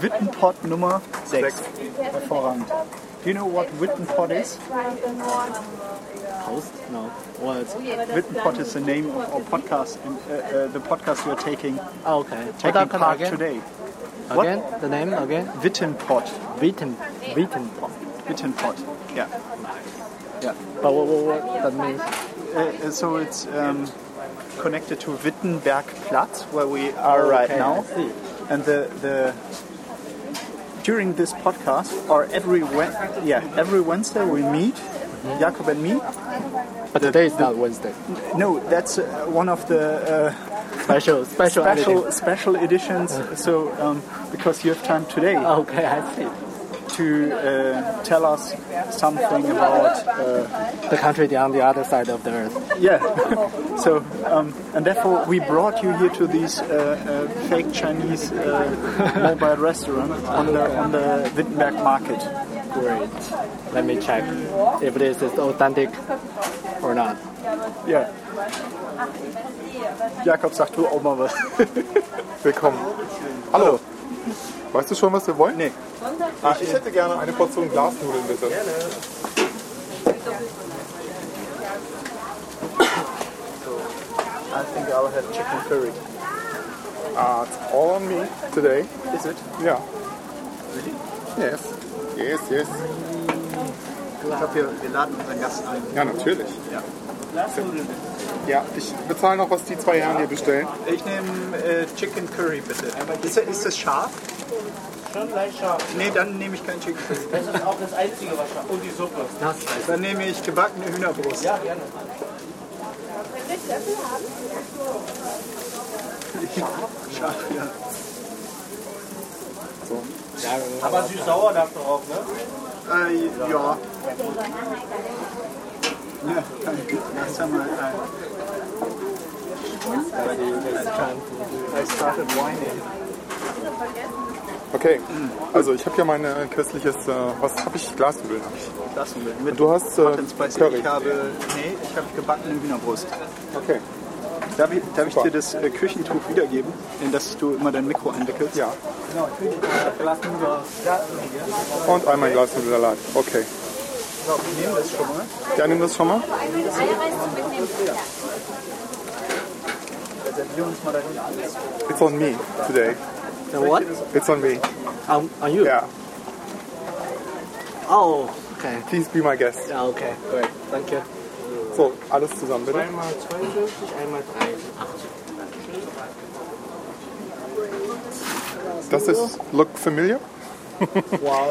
Wittenpott Nummer 6. Hervorragend. Do you know what Wittenpott is? Host? No. What? Wittenpott is the name of our podcast, and, uh, uh, the podcast we're taking, Oh, okay. What taking happened part again? today. What? Again? The name again? Wittenpott. Witten. Witten. Wittenpott. Yeah. Yeah. But what, what, what that means? Uh, uh, so it's um, connected to Wittenbergplatz, where we are right Oh, Okay, now. I see. And the, the during this podcast, or every Wed yeah every Wednesday we meet, Jakob and me. But today is not Wednesday. No, that's uh, one of the uh, Special, special, editing. special special editions. So um, because you have time today Okay, I see. to uh, tell us something about. Uh, The country on the other side of the earth. Yeah. so, um, and therefore, we brought you here to this uh, uh, fake Chinese uh, mobile restaurant on the on the Wittenberg market. Great. Let me check if this is authentic or not. Yeah. Jakob, sag du auch mal was. Willkommen. Hallo. Weißt du schon, was wir wollen? Nee. Ah, ich hätte gerne eine Portion Glasnudeln, bitte. I think I'll have chicken curry. Ah, it's all on me today. Is it? Yeah. Really? Yes. Yes, yes. Ich hab hier, wir laden unseren Gast ein. Ja, natürlich. Ja. Ja, ich bezahle noch, was die zwei Herren hier bestellen. Ich nehme äh, Chicken Curry bitte. Ist, das- ist das scharf? Schon leicht scharf. Nee, dann nehme ich kein Chicken Curry. Das ist auch das Einzige, was scharf Und die Suppe. Dann nehme ich gebackene Hühnerbrust. Ja, gerne. Scharf, ja. Aber süß-sauer darf doch auch, ne? Äh, ja. Ja, danke. Lass da mal äh, ein. I started whining. Okay. Also, ich habe hier mein äh, köstliches. Äh, was habe ich? Glasnudeln habe ich. Lassen wir. Mit Du hast, äh, Hot and Spicy. Curry. Ich habe, nee, ich habe gebackene Hühnerbrust. Okay. Darf ich, darf ich Super. dir das äh, Küchentuch wiedergeben, in das du immer dein Mikro einwickelst? Ja. Und einmal Glasnudelsalat. Okay. So, wir nehmen das schon mal. Ja, nimm das schon mal. Dann servieren wir uns mal dahin alles. It's on me today. The what? It's on me. On, on Um, you? Yeah. Oh, okay. Please be my guest. Yeah, okay. Great. Thank you. So, alles zusammen, bitte. Einmal 52, einmal 30. Does this look familiar? Wow.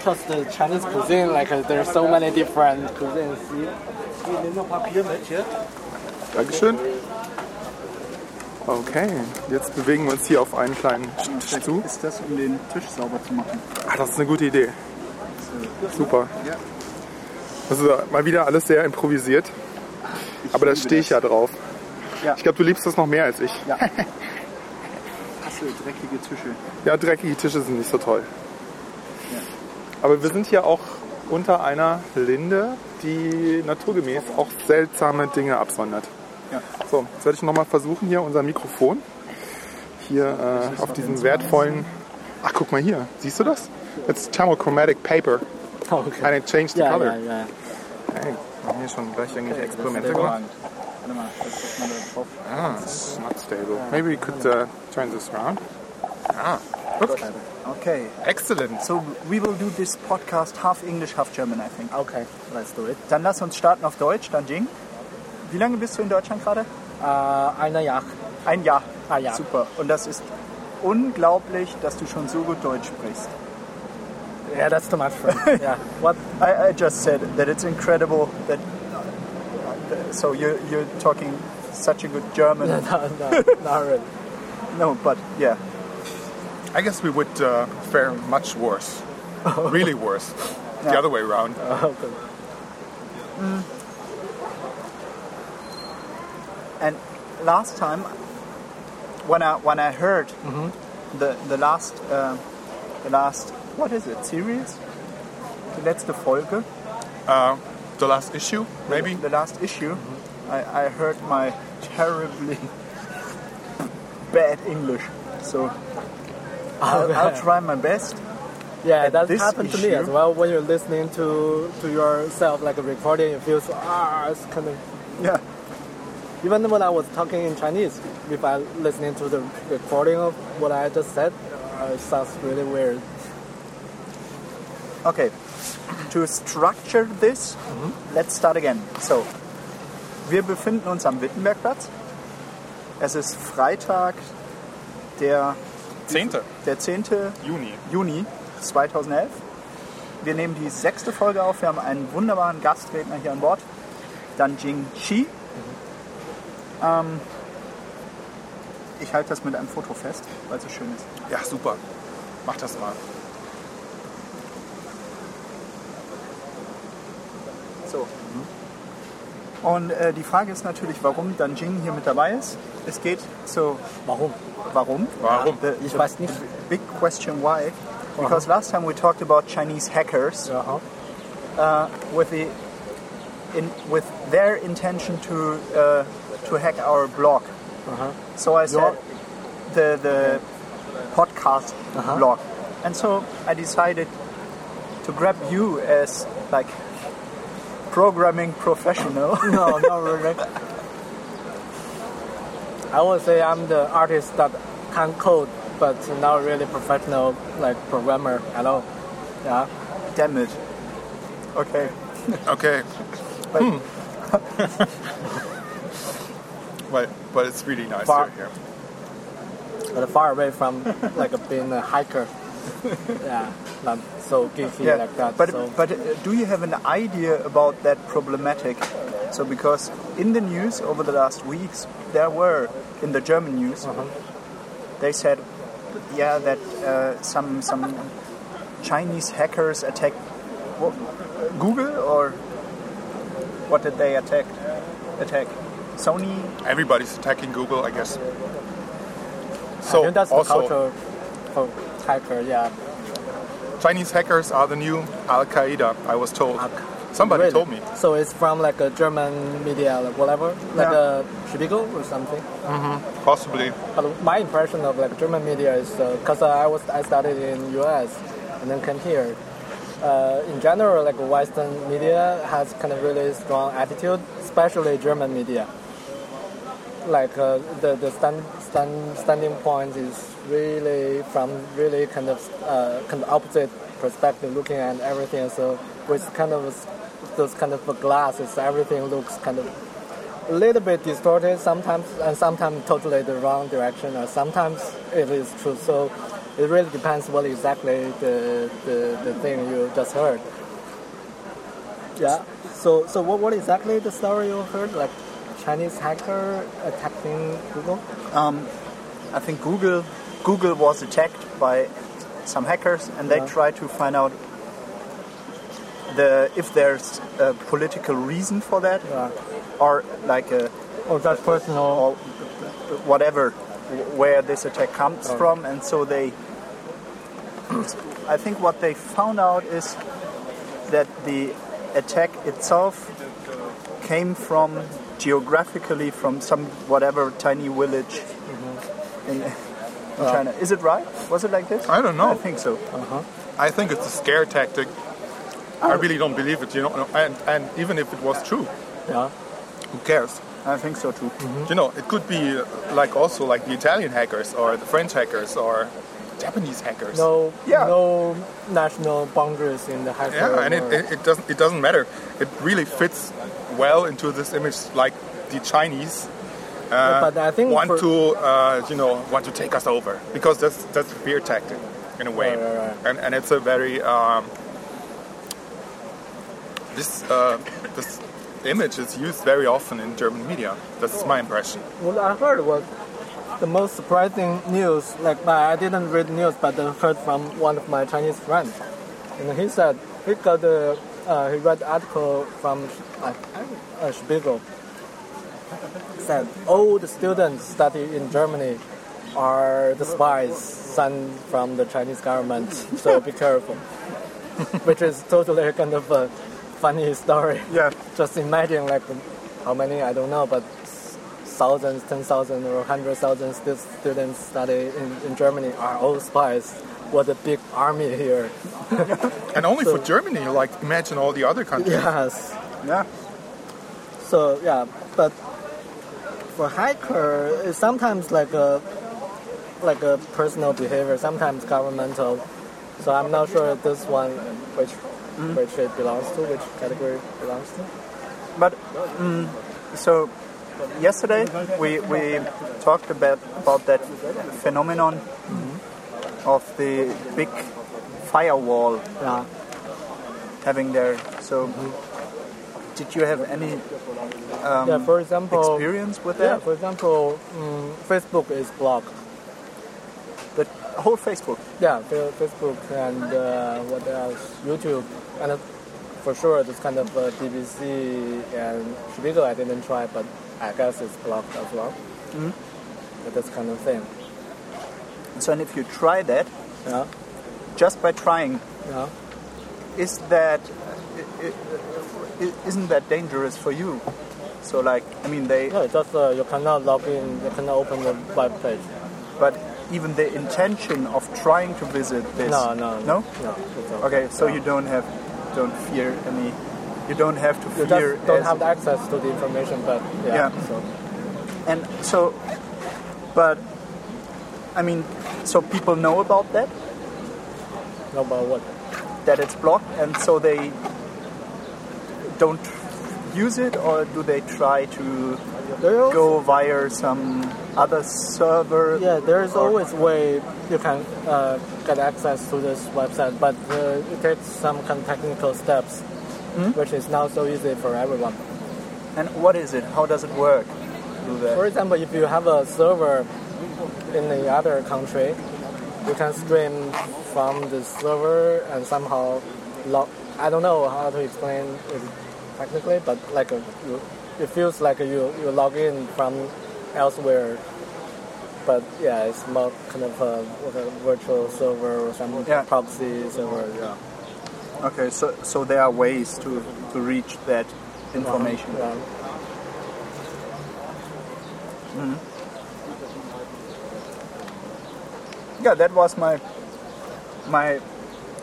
Plus the Chinese cuisine, like uh, there's so many different cuisines here. Ich nehme noch Papier mit hier. Dankeschön. Okay, jetzt bewegen wir uns hier auf einen kleinen Tisch zu. Ist das, um den Tisch sauber zu machen? Ah, das ist eine gute Idee. Super. Das ist mal wieder alles sehr improvisiert. Aber da stehe ich ja drauf. Ja. Ich glaube, du liebst das noch mehr als ich. Hasse dreckige Tische. Ja, dreckige Tische sind nicht so toll. Aber wir sind hier auch unter einer Linde, die naturgemäß auch seltsame Dinge absondert. Ja. So, jetzt werde ich nochmal versuchen, hier unser Mikrofon hier äh, auf diesem wertvollen. Ach, guck mal hier, siehst du das? It's thermochromatic paper. Oh, Okay. And it changed the Yeah, color. yeah, yeah. Hey, wir haben hier schon gleich irgendwelche Experimente gemacht. Warte mal, das man da drauf. Ah, it's not stable. Maybe we could uh, turn this around. Ah, look, Okay, excellent. so we will do this podcast half English, half German, I think. Okay, let's do it. Dann lass uns starten auf Deutsch, dann Jing. Wie lange bist du in Deutschland gerade? Uh, eine Jagd. Ein Jahr. Ein Jahr. Super. Und das ist unglaublich, dass du schon so gut Deutsch sprichst. Yeah, that's too much for me. yeah. What? I, I just said that it's incredible that uh, so you you're talking such a good German. No, no, not really. No, but yeah. I guess we would uh, fare much worse. really worse. The other way around. Okay. And last time, when I when I heard the the last uh, the last what is it series, die letzte Folge, Uh, the last issue, maybe? the last issue, I, I heard my terribly bad English. So I'll, I'll try my best. Yeah, At that this happened to me issue- as well. When you're listening to to yourself like a recording, it feels ah, it's kind of. Yeah. Even when I was talking in Chinese, if I listening to the recording of what I just said, uh, it sounds really weird. Okay. To structure this, let's start again. So, wir befinden uns am Wittenbergplatz. Es ist Freitag, der, 10. der 10. Juni. Juni 2011. Wir nehmen die sechste Folge auf. Wir haben einen wunderbaren Gastredner hier an Bord, Danjing Chi. Ähm, ich halte das mit einem Foto fest, weil es so schön ist. Ja, super. Mach das mal. So. Und äh, die Frage ist natürlich, warum Danjing hier mit dabei ist. Es geht so, Warum? warum? Warum? The, Ich the weiß nicht. Big question why. Because last time we talked about Chinese hackers. uh, Uh-huh. with the in with their intention to uh, to hack our blog. So I said the the podcast blog, and so I decided to grab you as like programming professional. No, not really. I would say I'm the artist that can code, but not really professional like programmer at all. Yeah. Damn it. Okay. Okay, Hmm. But but, but it's really nice Far- here. but far away from like being a hiker. yeah, not so geeky yeah, like that. but so but uh, do you have an idea about that problematic? So because in the news over the last weeks there were in the German news Uh-huh. they said yeah that uh, some some Chinese hackers attacked what, Google or what did they attack attack Sony Everybody's attacking Google, I guess. I So think that's also, the culture for hiker. Yeah, Chinese hackers are the new Al Qaeda. I was told. Al- Somebody Really? told me. So it's from like a German media, like whatever, like Yeah. a Spiegel or something. Possibly. But my impression of like German media is because I was I studied in U.S. and then came here. Uh, in general, like Western media has kind of really strong attitude, especially German media. Like uh, the the stand, stand, standing point is really from really kind of uh, kind of opposite perspective, looking at everything. So with kind of those kind of glasses, everything looks kind of a little bit distorted sometimes and sometimes totally the wrong direction or sometimes it is true so it really depends what exactly the, the, the thing you just heard yeah so so what, what exactly the story you heard like chinese hacker attacking google I think Google Google was attacked by some hackers, and they Yeah. try to find out the if there's a political reason for that, yeah. or like a or just personal or whatever where this attack Oh. comes from, and so they. I think what they found out is that the attack itself came from geographically from some whatever tiny village in, in China. Is it right? Was it like this? Mm-hmm. I don't know. I think so. I think it's a scare tactic. I really don't believe it, you know. And and even if it was true, yeah who cares? I think so too. You know, it could be uh, like also like the Italian hackers or the French hackers or Japanese hackers. no Yeah. no national boundaries in the hacker Yeah, and it, world. it, it doesn't it doesn't matter. It really fits well into this image, like the Chinese but i think want for- to uh, you know want to take us over because that's that's a fear tactic in a way, Right, right, right. and and it's a very um, this uh, this image is used very often in German media. That's my impression. What I heard was the most surprising news. Like I I didn't read news, but I heard from one of my Chinese friends, and he said he got the uh, he read article from uh, uh, Spiegel. Said all the students study in Germany are the spies sent from the Chinese government, so be careful. Which is totally kind of a funny story Yeah. just imagine like how many I don't know, but s- thousands, ten thousand, or hundred thousand stu- students study in, in Germany are all spies. What a big army here! And only for Germany, like imagine all the other countries. Yes. Yeah. So yeah, but for hiker, it's sometimes like a like a personal behavior, sometimes governmental. So I'm not sure this one which which it belongs to, which category it belongs to. But mm, so yesterday we we talked about about that phenomenon of the big firewall Yeah. having there. So did you have any yeah. For example, experience with yeah. that? For example, mm, Facebook is blocked. The whole Facebook. Yeah, Fa- Facebook and uh, what else? YouTube and uh, for sure this kind of uh, BBC and Spiegel I didn't try, but I guess it's blocked as well. But this kind of thing. So and if you try that, Yeah, just by trying, yeah. is that i- i- i- isn't that dangerous for you? So like I mean they No, it's just uh, you cannot log in, you cannot open the web page. but even the intention of trying to visit this No, no, no? no. it's not. Okay, so No. you don't have, don't fear any, you don't have to you fear. just don't as- have the access to the information, but yeah. Yeah. So And so, but, I mean, so people know about that, no matter what. that it's blocked, and so they don't use it, or do they try to There is- go via some other server? Yeah, there is Or- always way you can uh, get access to this website, but uh, it takes some kind of technical steps, which is not so easy for everyone. And what is it? How does it work? Do that? For example, if you have a server in the other country, you can stream from the server and somehow log. I don't know how to explain it technically, but like uh, you, it feels like you you log in from elsewhere. But yeah, it's more kind of a, what a virtual server or some Yeah. proxy server. Yeah. Okay, so so there are ways to to reach that Uh-huh. information. Yeah. yeah, that was my my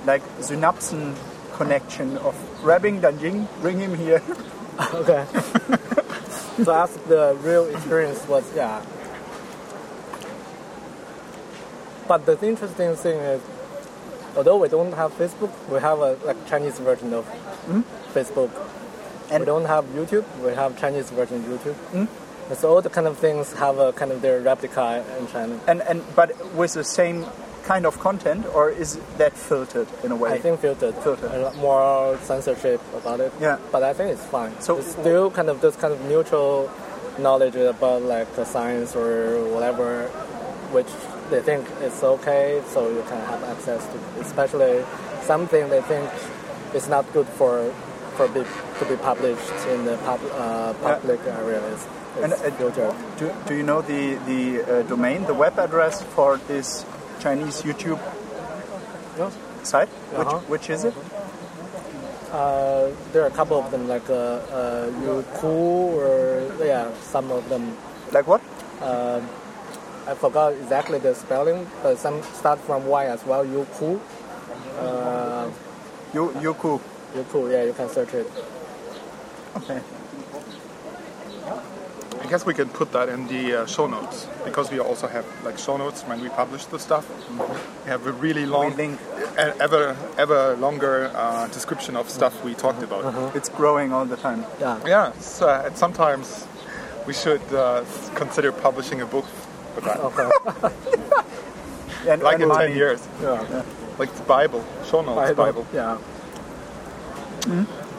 like synapsen connection of grabbing Danjing, bring him here. Okay. so that's the real experience was yeah. But the interesting thing is, although we don't have Facebook, we have a like Chinese version of Facebook. And- we don't have YouTube, we have Chinese version of YouTube. And so all the kind of things have a kind of their replica in China. and and but with the same kind of content, or is that filtered in a way? I think filtered, Filtered. a lot more censorship about it. Yeah. But I think it's fine. So- So it's still kind of this kind of neutral knowledge about like the science or whatever, which they think it's okay, so you can have access to, especially something they think is not good for for be, to be published in the pub, uh, public area. It's, it's And uh, it- filtered. do, do you know the the uh, domain, the web address for this Chinese YouTube No? site? Uh-huh. Which which is it? Uh, there are a couple of them, like uh, uh, Youku or yeah, some of them. Like what? uh, I forgot exactly the spelling, but some start from Y as well. Yuku, uh, You Yoku. Yuku. Yeah, you can search it. Okay. I guess we can put that in the uh, show notes because we also have like show notes when we publish the stuff. Mm-hmm. We have a really long, We link. e- ever ever longer uh, description of stuff we talked about. Uh-huh. It's growing all the time. Yeah, Yeah, so, uh, and sometimes we should uh, s- consider publishing a book with that, okay. And, like and in money. ten years, yeah. like the Bible, show notes Bible. Yeah.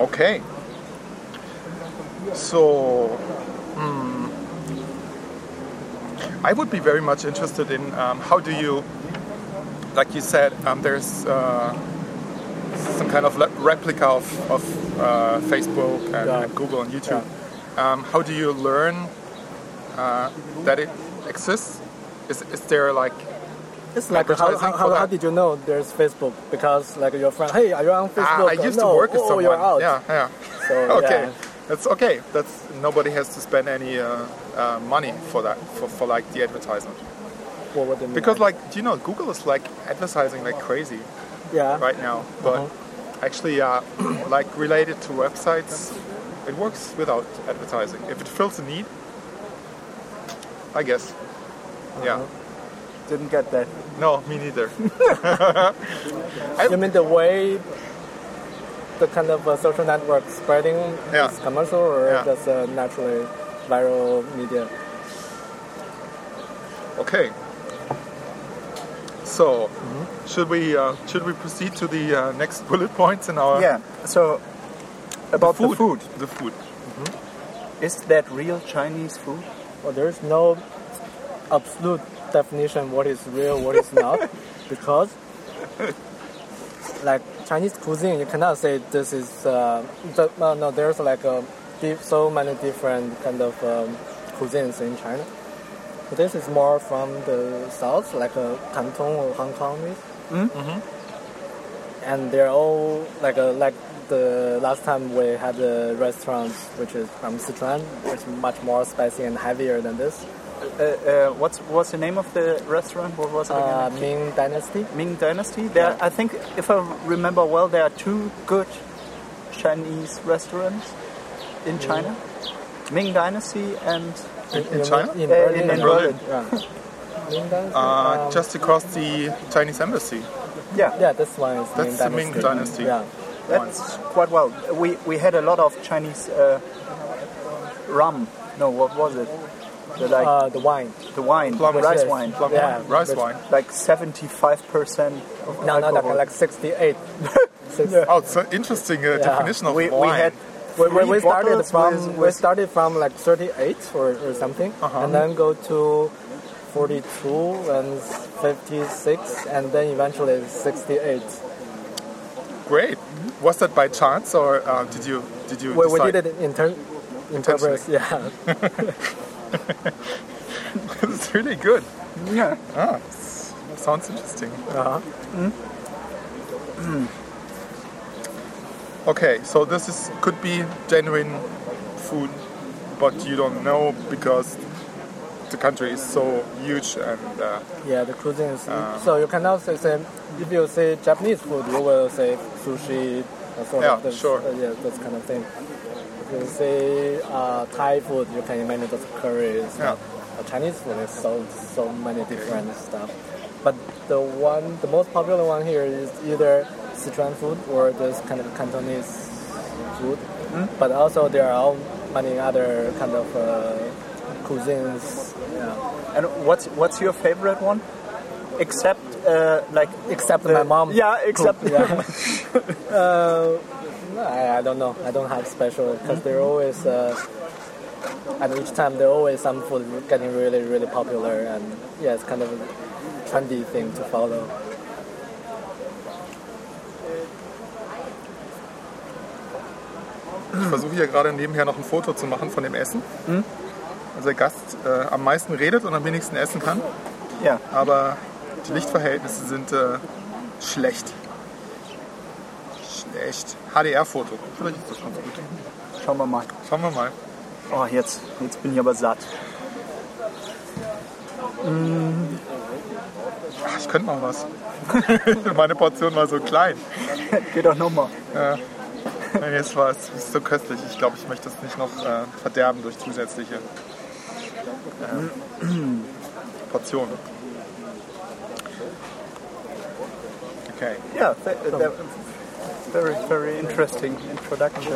Okay. So, hmm, I would be very much interested in um, how do you, like you said, um, there's uh, some kind of le- replica of, of uh, Facebook and, Yeah. and Google and YouTube. Um, how do you learn uh, that it exists? Is, is there like It's like how, Advertising how, for how, how that. did you know there's Facebook? Because like your friend, hey, are you on ah, Facebook? I used no. to work with oh, someone? You're out. Yeah, yeah. So, Okay. Yeah. That's okay. That's nobody has to spend any uh, uh, money for that for, for like the advertisement Well, what do you mean? because like do you know Google is like advertising like crazy yeah, right now, but Uh-huh. actually uh, like related to websites, it works without advertising if it fills a need. I guess. Yeah. Uh-huh. Didn't get that. No, me neither. You mean the way the kind of uh, social network spreading Yeah. is commercial or Yeah. just uh, naturally viral media? Okay. So, should we uh, should we proceed to the uh, next bullet points in our Yeah. So about food? the food, The food. is that real Chinese food? Well, there's no absolute definition what is real, what is not, because like Chinese cuisine, you cannot say this is. Uh, the, no, no, there's like a deep, so many different kind of um, cuisines in China. But this is more from the south, like uh, Canton or Hong Kong. is. And they're all like uh, like the last time we had a restaurant which is from Sichuan, which is much more spicy and heavier than this. Uh, uh, what's what's the name of the restaurant? What was it again? Uh, Ming Dynasty. Ming Dynasty. There, I think, if I remember well, there are two good Chinese restaurants in China: Ming Dynasty and In, in China? In Uh, Berlin. in- in Berlin. Yeah. Ming Dynasty. um, Uh, just across the Chinese embassy. yeah, yeah, this one is Ming That's the Ming Dynasty. Yeah. that's quite well. We we had a lot of Chinese uh, rum. No, what was it? The, like Uh, the wine. the wine, plum rice yes. wine, Plum Yeah, wine, rice but- wine. like seventy-five percent of No, no, alcohol. like, like 68. Six- Oh, it's an interesting uh, definition of we, wine. we had We, we, three we started bottles from with- we with started from like 38 or, or something, Uh-huh. and then go to 42 and 56, and then eventually 68. Great. Was that by chance, or uh, did you did you We, we decide? did it in turn. In Intentionally. progress, yeah. it's really good. yeah. Ah, s- sounds interesting. Uh-huh. Okay, so this is could be genuine food, but you don't know because the country is so huge and uh, Yeah, the cuisine is. so you cannot say, say if you say Japanese food, you will say sushi, uh, sort Yeah, of this, sure. uh, yeah, this kind of thing. If you say uh, Thai food, you can imagine just curry. It's Yeah. not- uh, Chinese food is so so many different stuff. But the one, the most popular one here is either Sichuan food or this kind of Cantonese food. Hmm? But also there are all many other kind of uh, cuisines. Yeah. And what's what's your favorite one? Except uh, like Except the- my mom. Yeah, except cooked, yeah. uh, no, I, I don't know. I don't have special because they're always uh, at each time they're always some food getting really really popular and yeah, it's kind of a trendy thing to follow. ich versuche hier gerade nebenher noch ein Foto zu machen von dem Essen. Also der Gast äh, am meisten redet und am wenigsten essen kann, yeah. aber die Lichtverhältnisse sind äh, schlecht. Schlecht. HDR-Foto. Vielleicht ist das schon so gut. Schauen wir mal. Schauen wir mal. Oh, jetzt, jetzt bin ich aber satt. Ach, ich könnte noch was. Meine Portion war so klein. Geht doch nochmal. Nein, jetzt war es es ist so köstlich. Ich glaube, ich möchte das nicht noch äh, verderben durch zusätzliche ähm, Portionen. Okay. Yeah, th- uh, that- very, very interesting introduction.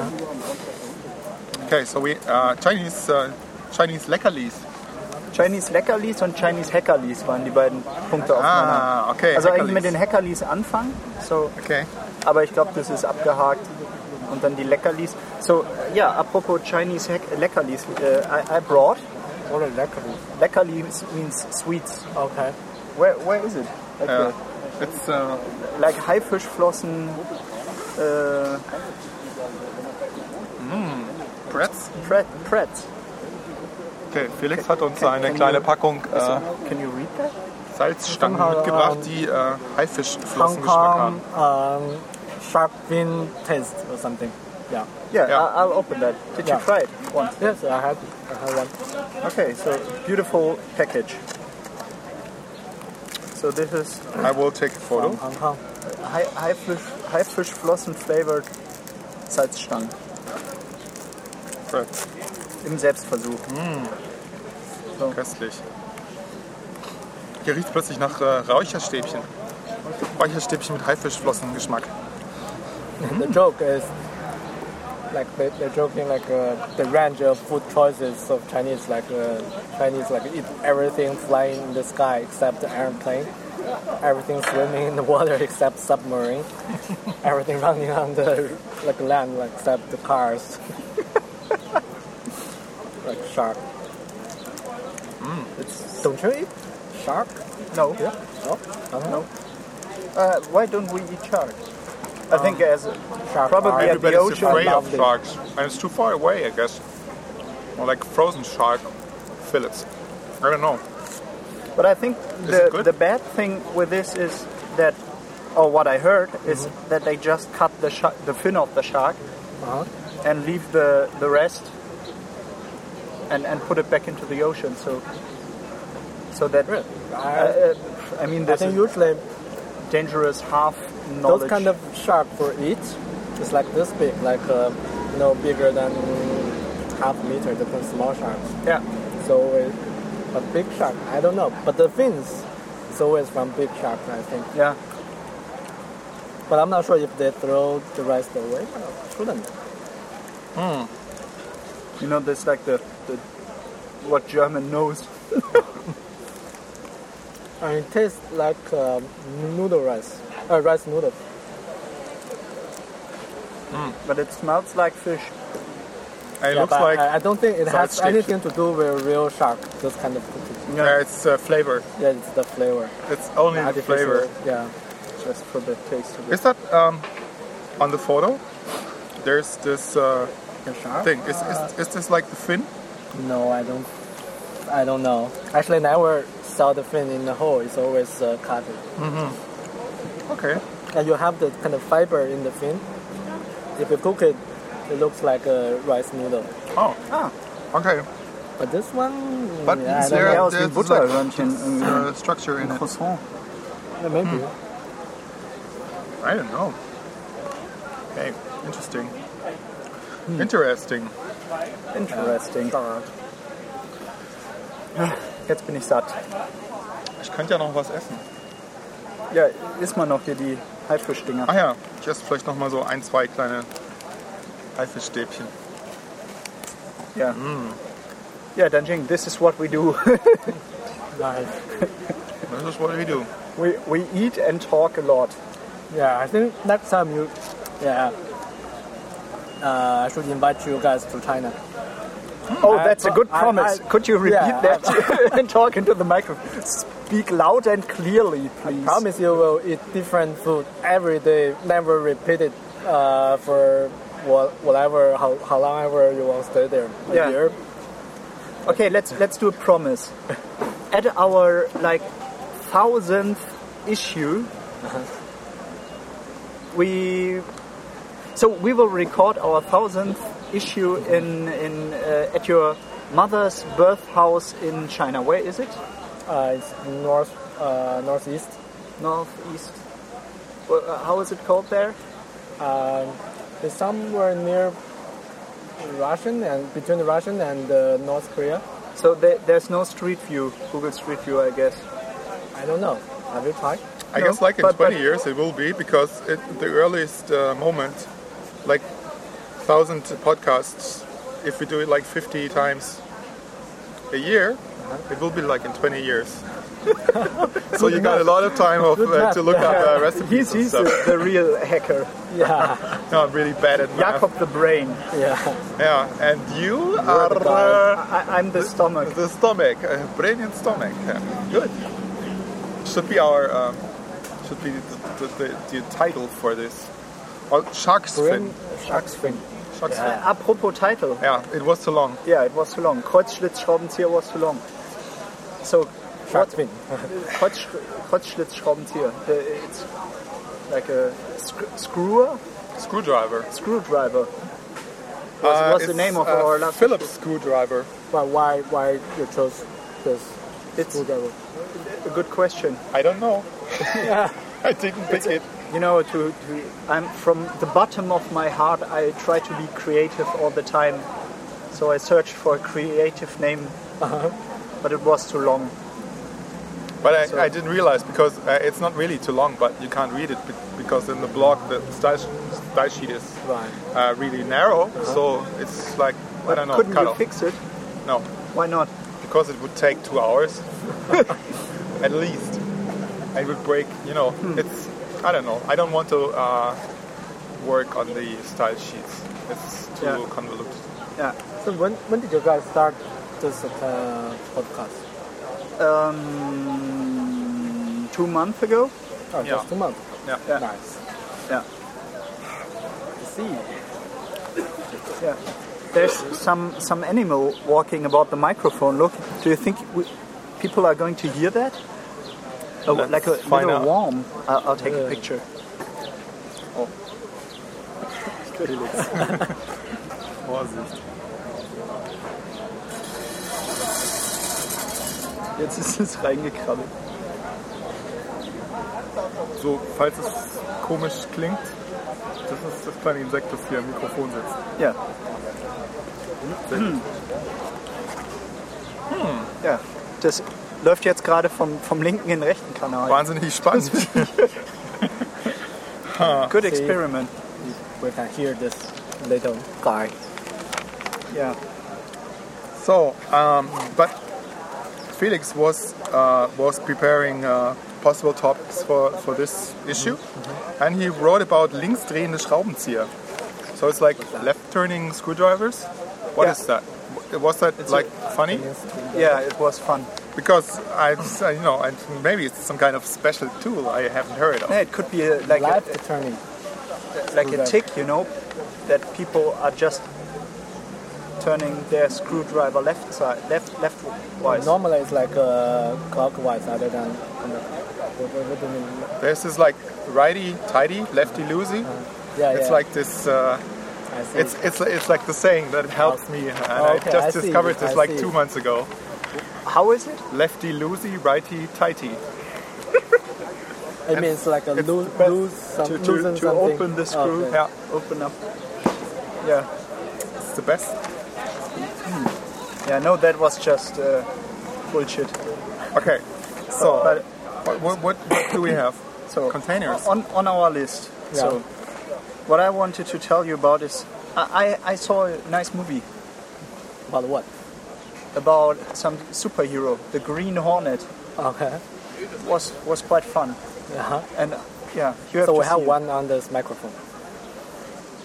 Okay, so we uh, Chinese uh, Chinese Leckerlis. Chinese Leckerlis und Chinese Hackerlis waren die beiden Punkte auf meiner. Ah, okay. Also eigentlich Leckerlis. mit den Hackerlis anfangen, so, Okay. aber ich glaube, das ist abgehakt. Und dann die Leckerlis. So, ja, apropos Chinese Hack Leckerlis, äh, I, I brought. What a record. Leckerlis means sweets. Okay. Where, where is it? Like, Uh, it's uh, the- like Haifischflossen, äh, Pretz. Pret, Pret. Okay, Felix hat uns eine kleine Packung äh, Can you read that? Salzstangen Somehow, mitgebracht, ähm, die äh, Haifischflossengeschmack Hong Kong haben. um, shark fin taste or something. Yeah. Yeah, Yeah. I- I'll open that. Did Yeah. you try it once? Yes, I had I had one. Okay, so beautiful package. So this is I will take a photo. from Hong Kong. Hai- Haifisch, Haifischflossen flavored Salzstangen Correct. im Selbstversuch. Köstlich. Hier riecht es plötzlich nach äh, Räucherstäbchen. Räucherstäbchen mit Haifischflossengeschmack. The joke is like they, they're joking like uh, the range of food choices of Chinese like uh, Chinese like eat everything flying in the sky except the airplane, everything swimming in the water except submarine, everything running on the like land like, except the cars, like shark. Mm, It's, don't you eat shark? No. Yeah. No. No. No. Uh, why don't we eat shark? I Um, think as a, Shark Probably are- at the Everybody's ocean. afraid of Lovely. sharks. And it's too far away, I guess. Or like frozen shark fillets. I don't know. but I think it the good? the bad thing with this is that, or what I heard is that they just cut the shark, the fin of the shark, Mm-hmm. Uh-huh. and leave the the rest, and and put it back into the ocean. So, so that Really? uh, I, uh, I mean, I this think is usually dangerous half knowledge. those kind of shark for each is like this big, like uh, you know, bigger than half meter. Different small sharks. yeah. So always a big shark. I don't know, but the fins is always from big sharks, I think. Yeah. But I'm not sure if they throw the rest away. or Shouldn't. You know, that's like the, the what German knows. And it tastes like um, noodle rice, uh, rice noodle. But it smells like fish. And it Yeah, looks but uh, like I, I don't think it has salted. anything to do with real shark. This kind of cooking. uh, it's uh, flavor. Yeah, it's the flavor. It's only the Artificial, flavor. Yeah. Just for the taste of it. Is that um, on the photo? There's this uh, The shark. thing. Is, is, is this like the fin? No, I don't. I don't know. Actually, never saw the fin in the hole. It's always uh, cut. Okay. And you have the kind of fiber in the fin. If you cook it, it looks like a rice noodle. Oh. Ah. Okay. But this one, But yeah, I is don't know. there, there's Yeah, it's like like Butter, irgendwie. uh, structure in it? Croissant. know. maybe. Hmm. I don't know. Okay, interesting. Interesting. Interesting. Jetzt bin ich satt. Ich könnte ja noch was essen. Ja, isst man noch hier die Haifischdinger. Ach Ah ja, ich esse vielleicht noch mal so ein, zwei kleine Haifischstäbchen. Ja. Ja, Danjing, this is what we do. Nice. Das ist what we do. we, we eat and talk a lot. Yeah, I think next time you, yeah, uh, I should invite you guys to China. Oh, I that's a pro- good I- promise. I- Could you repeat Yeah, I- that and talk into the microphone? Speak loud and clearly, please. Promise you will eat different food every day. Never repeat it uh, for wha- whatever, how, how long ever you want to stay there. A Yeah. year, Okay, let's let's do a promise. At our like thousandth issue, we so we will record our thousandth issue in in uh, at your mother's birth house in China. Where is it? Uh, it's north, uh, northeast. Northeast. Well, uh, how is it called there? It's somewhere near Russian and between the Russian and uh, North Korea. So there, there's no Street View, Google Street View, I guess. I don't know. Have you tried? I No, guess like in but- 20 but- years it will be because it, the earliest uh, moment, like 1000 podcasts, if we do it like 50 times a year, it will be like in 20 years. so you got a lot of time of, uh, math. to look up uh, recipes He's, and he's stuff. the, the real hacker, Yeah, No, I'm really bad at math. Jakob the brain. yeah. Yeah, and you the are uh, I, I'm the stomach. the stomach, uh, brain and stomach. Yeah. Good. Should be our um, should be the, the, the, the title for this. Oh, Or shark's Brain- fin. Shark's fin. Shark's Uh, apropos title. fin. Yeah, it was too long. Yeah, it was too long. Kreuzschlitzschraubenzieher was too long. So, Shark fin. Kreuz, Kreuzschlitzschraubenzieher. The, it's like a sc- screwer, Screwdriver. screwdriver. What's, Uh, what's the it's, name of uh, our last? Phillips screwdriver. But why why you chose this It's screwdriver? a good question. I don't know. I didn't pick it. You know, to, to I'm from the bottom of my heart. I try to be creative all the time, so I searched for a creative name, Uh-huh. but it was too long. But I, So- I didn't realize because uh, it's not really too long, but you can't read it be- because in the blog the style, sh- style sheet is Right. uh, really narrow, so it's like I Uh-huh. But don't know. couldn't cut you off. fix it? No, Why not? because it would take two hours at least. It would break. You know, it's I don't know. I don't want to uh, work on the style sheets. It's too Yeah. convoluted. Yeah. So when when did you guys start this uh, podcast? Um, two months ago. Oh, Yeah. just two months. Yeah. Yeah. Nice. Yeah. I see. Yeah. There's some some animal walking about the microphone. Look, do you think we, people are going to hear that? Oh, Let's like a find little out. Oh. worm. I'll, I'll take a Yeah. picture. Vorsicht. Jetzt ist es reingekrabbelt. So, falls es komisch klingt, das ist das kleine Insekt, das hier am Mikrofon sitzt. Ja. Hm. Ja. Das läuft jetzt gerade vom, vom linken in den rechten Kanal. Wahnsinnig spannend. Good experiment. We can hear this little guy. Yeah. so, um, but Felix was uh, was preparing uh, possible topics for, for this issue, Mm-hmm. and he wrote about linksdrehende Schraubenzieher. So it's like left turning screwdrivers. What Yeah. is that? Was that like funny? Yeah, it was fun. Because I, I- you know, I, maybe it's some kind of special tool I haven't heard of. Yeah, it could be a, like a, Life attorney. like a tick, you know, that people are just turning their screwdriver left side, left leftwise. Normally it's like uh, clockwise other than kind of, what, what, what do you mean? There's this like righty tighty, lefty loosey. Yeah, It's Uh, yeah. like this. Uh, I see. It's, it's, it's like the saying that helps me, and Okay, I just I see, discovered this I like see. two months ago. How is it? Lefty loosey, righty tighty. it means like a it's loo- the best lose some, To, to, loosen to something. open the screw, Okay. yeah, open up. Yeah, It's the best. yeah. No, that was just uh, bullshit. Okay, so But- what, what, what, what do we have? So Containers. on on our list. Yeah. So what I wanted to tell you about is I, I I saw a nice movie But what? about some superhero, the Green Hornet. Okay. was was quite fun. Uh-huh. And uh, yeah, you have So to we have see it. one on this microphone.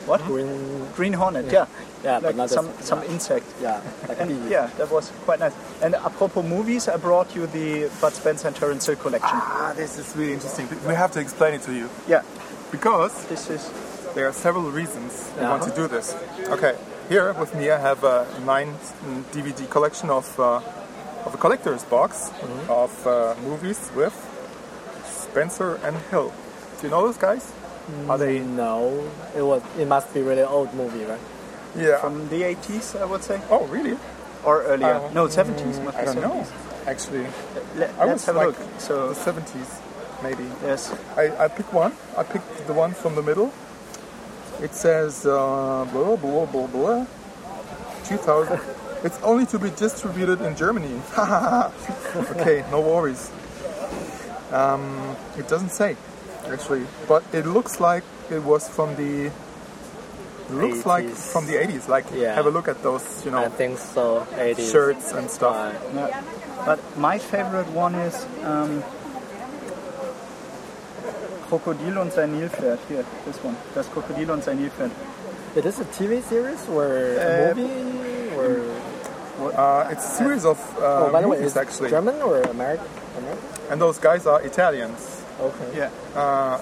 What? Green. Green hornet, yeah. Yeah, like but not some this. some insect. Yeah. Like And bee. yeah, that was quite nice. And apropos movies, I brought you the Bud Spencer and Terence Hill collection. Ah, this is really interesting. We have to explain it to you Yeah, because this is there are several reasons we Yeah. want to do this. Okay, here with me I have a nine DVD collection of uh, of a collector's box of uh, movies with Spencer and Hill. Do you know those guys? Are they No, it was. It must be really old movie, right? Yeah. from the 80s, I would say, oh, really? or earlier. Uh, no, 70s. must be I don't 70s. know. Actually, Let, I us was have a like look. the So 70s, maybe. yes, I, I picked one. I picked the one from the middle. It says uh, blah blah blah blah. 2000. it's only to be distributed in Germany. okay, no worries. Um, it doesn't say, actually, but it looks like it was from the. Looks like 80s. from the 80s. Like, Yeah. have a look at those, you I know, think so. 80s. shirts and stuff. Uh, yeah. but my favorite one is um, Krokodil und sein Nilpferd. Here, this one. Das Krokodil und sein Nilpferd. Is this a TV series or a Uh, movie or? Uh, it's a series of uh, oh, by the way, movies is actually, German or American? American? and those guys are Italians, Okay. Yeah.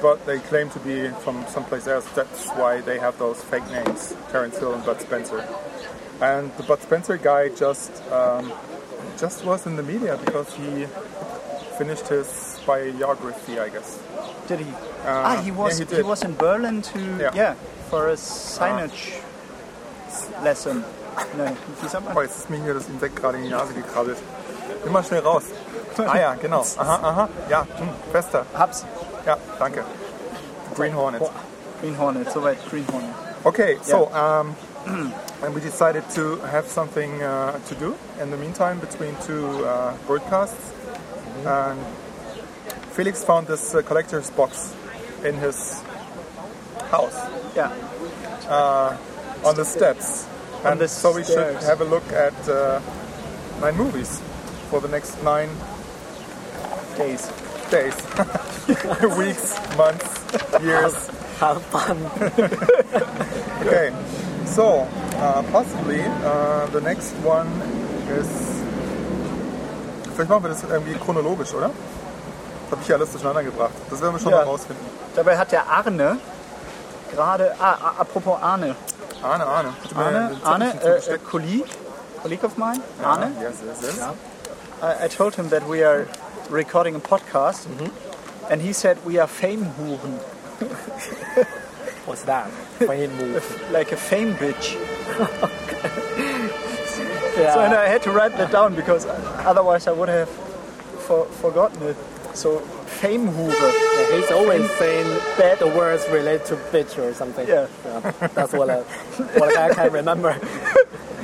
but they claim to be from someplace else. That's why they have those fake names, Terence Hill and Bud Spencer. And the Bud Spencer guy just um, just was in the media because he finished his biography, I guess. Did he? ah, he was. Uh, yeah, he he, did. was in Berlin to yeah, Yeah. for a signage Uh, lesson. Nein, wie sagt Oh, man? jetzt ist mir hier das Insekt gerade in die Nase gekrabbelt. Immer schnell raus. Ah ja, genau. Aha, aha. Ja, hm, fester. Hubs. Ja, danke. Green Hornet. Green Hornet, soweit Green Hornet. Okay, so um, and we decided to have something uh, to do in the meantime between two uh, broadcasts. Mm-hmm. And Felix found this uh, collector's box in his house Yeah. on the steps. And the so we should stairs. have a look at uh, nine movies for the next nine Days. days, weeks, months, years. Have fun. Okay, so uh, possibly uh, the next one is. Vielleicht machen wir das irgendwie chronologisch, oder? Das habe ich ja alles durcheinander gebracht. Das werden wir schon Ja. mal rausfinden. Dabei hat der Arne gerade, ah, ah, apropos Arne, Arne, Arne. Bitte mir Arne, den Arne, Zettelchen uh, a zugesteckt. colleague, colleague of mine, Arne. Yes, yes, yes. I, I told him that we are recording a podcast, Mhm. and he said we are fame huren, What's that? When you move. like a fame bitch. Yeah. So and I had to write that down because otherwise I would have for, forgotten it. So fame hure. Yeah, he's always saying Bad. the words relate to bitch or something. Yeah. that's what I, what I can remember.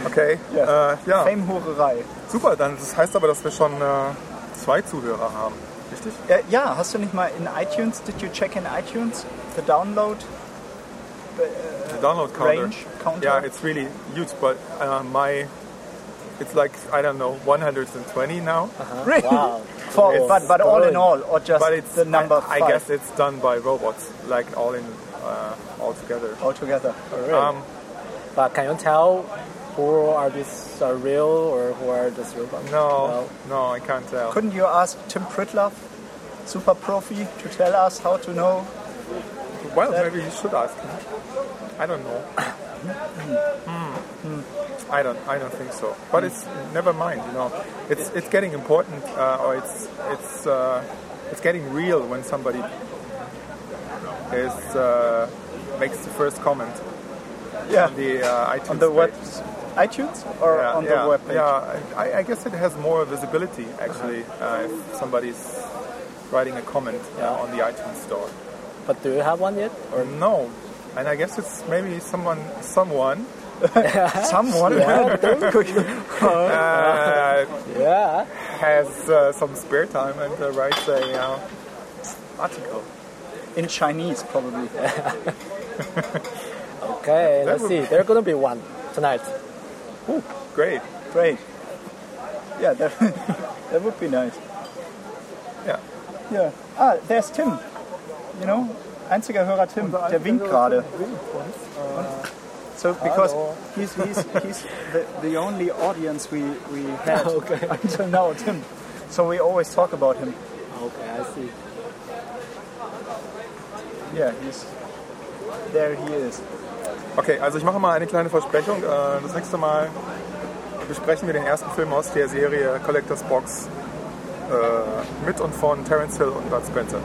Okay, Ja. Äh, ja. Fame hurerei. super. Dann, das heißt aber, dass wir schon äh, zwei Zuhörer haben. Richtig? Äh, ja, hast du nicht mal in iTunes, did you check in iTunes the download The Äh, download counter. range counter? Yeah, it's really huge, but uh, my. It's like, I don't know, 120 now. really? Wow. For, It's but but all in growing. all, or just But it's the number I, I five guess it's done by robots, like all in uh, all together. altogether. Um, But can you tell who are these are real or who are just robots? no, no, I can't tell. Couldn't you ask Tim Pritlove, super profi, to tell us how to know? well, maybe you should ask. I don't know. Hmm. I don't. I don't think so. But it's never mind. You know, it's it's getting important, uh, or it's it's uh, it's getting real when somebody is uh, makes the first comment Yeah, on the uh, iTunes on the web, page. iTunes or yeah, on the yeah, web page. Yeah, I, I guess it has more visibility actually Uh-huh. uh, if somebody's writing a comment uh, on the iTunes store. But do you have one yet? Or no, and I guess it's maybe someone, someone. Someone Uh, Yeah. has uh, some spare time and uh, writes a uh, article. in Chinese probably. Okay, let's would- see. There's gonna be one tonight. Ooh, great. Great. Yeah, that, that would be nice. Yeah. Yeah. Ah, there's Tim. You know, einziger Hörer Tim, der winkt gerade. So because Hallo. he's, he's, he's the, the only audience we, we had until now, Tim. So we always talk about him. Okay, I see. Yeah, he's there. He is. Okay, also ich mache mal eine kleine Versprechung. Äh, Das nächste Mal besprechen wir den ersten Film aus der Serie Collector's Box äh, mit und von Terence Hill und Bud Spencer.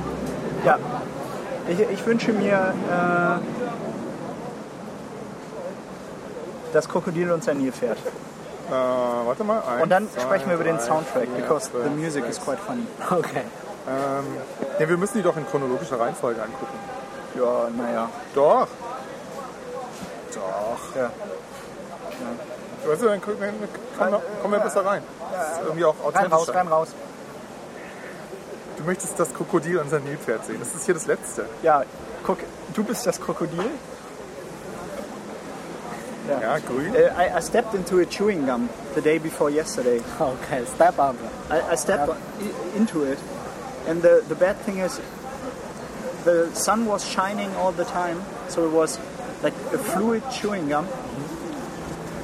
Ja. Ich, ich wünsche mir äh, das Krokodil und sein Nilpferd. Äh, warte mal. Eins, Und dann zwei, sprechen wir über den drei, Soundtrack, vier, because fünf, the music sechs. is quite funny. Okay. Ähm, nee, wir müssen die doch in chronologischer Reihenfolge angucken. Ja, naja. Doch. Doch. Ja. Weißt du, Also, dann gucken wir- kommen wir, kommen wir besser rein. Das ist irgendwie auch Rein raus, authentischer. rein raus. Du möchtest das Krokodil und sein Nilpferd sehen. Das ist hier das Letzte. Ja, guck, du bist das Krokodil. Ja, grün. Äh, I, I stepped into a chewing gum the day before yesterday. Okay, step up. I, I stepped i- into it, and the, the bad thing is, the sun was shining all the time, so it was like a fluid chewing gum.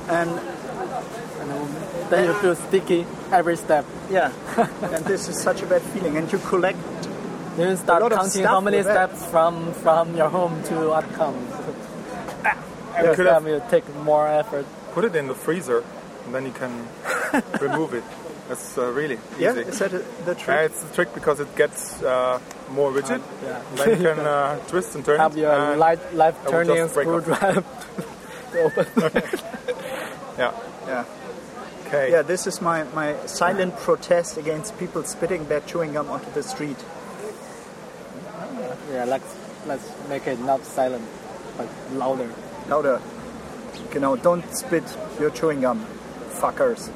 And Then you feel sticky every step. yeah, and this is such a bad feeling. And you collect, Then you start lot of counting stuff how many with that. steps from from your home to outcome. Ah, Every could have- time you take more effort. Put it in the freezer and then you can remove it. That's uh, really easy. yeah, is that a, the Yeah, trick? it's a trick because it gets uh, more rigid. yeah. Then you can uh, twist and turn Have it. your and light, life will turning just break off. screwdriver. open. Yeah. Yeah. Okay. Yeah, this is my, my silent protest against people spitting their chewing gum onto the street. yeah, let's let's make it not silent, but louder. Louder. Genau, don't spit your chewing gum, fuckers.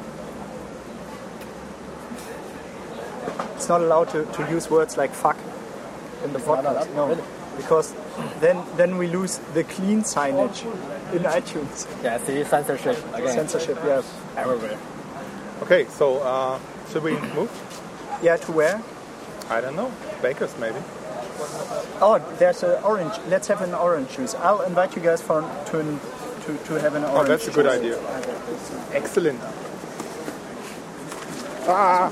It's not allowed to, to use words like fuck in the not podcast, allowed? no. Really? Because then then we lose the clean signage in iTunes. Yeah, see censorship again Censorship, yeah. everywhere. Okay. So uh, should we move? Yeah, to where? I don't know. Bakers maybe. Oh, there's an orange. Let's have an orange juice. I'll invite you guys for to an- to, to have an orange. Oh, that's a good juice. idea. Excellent. Ah!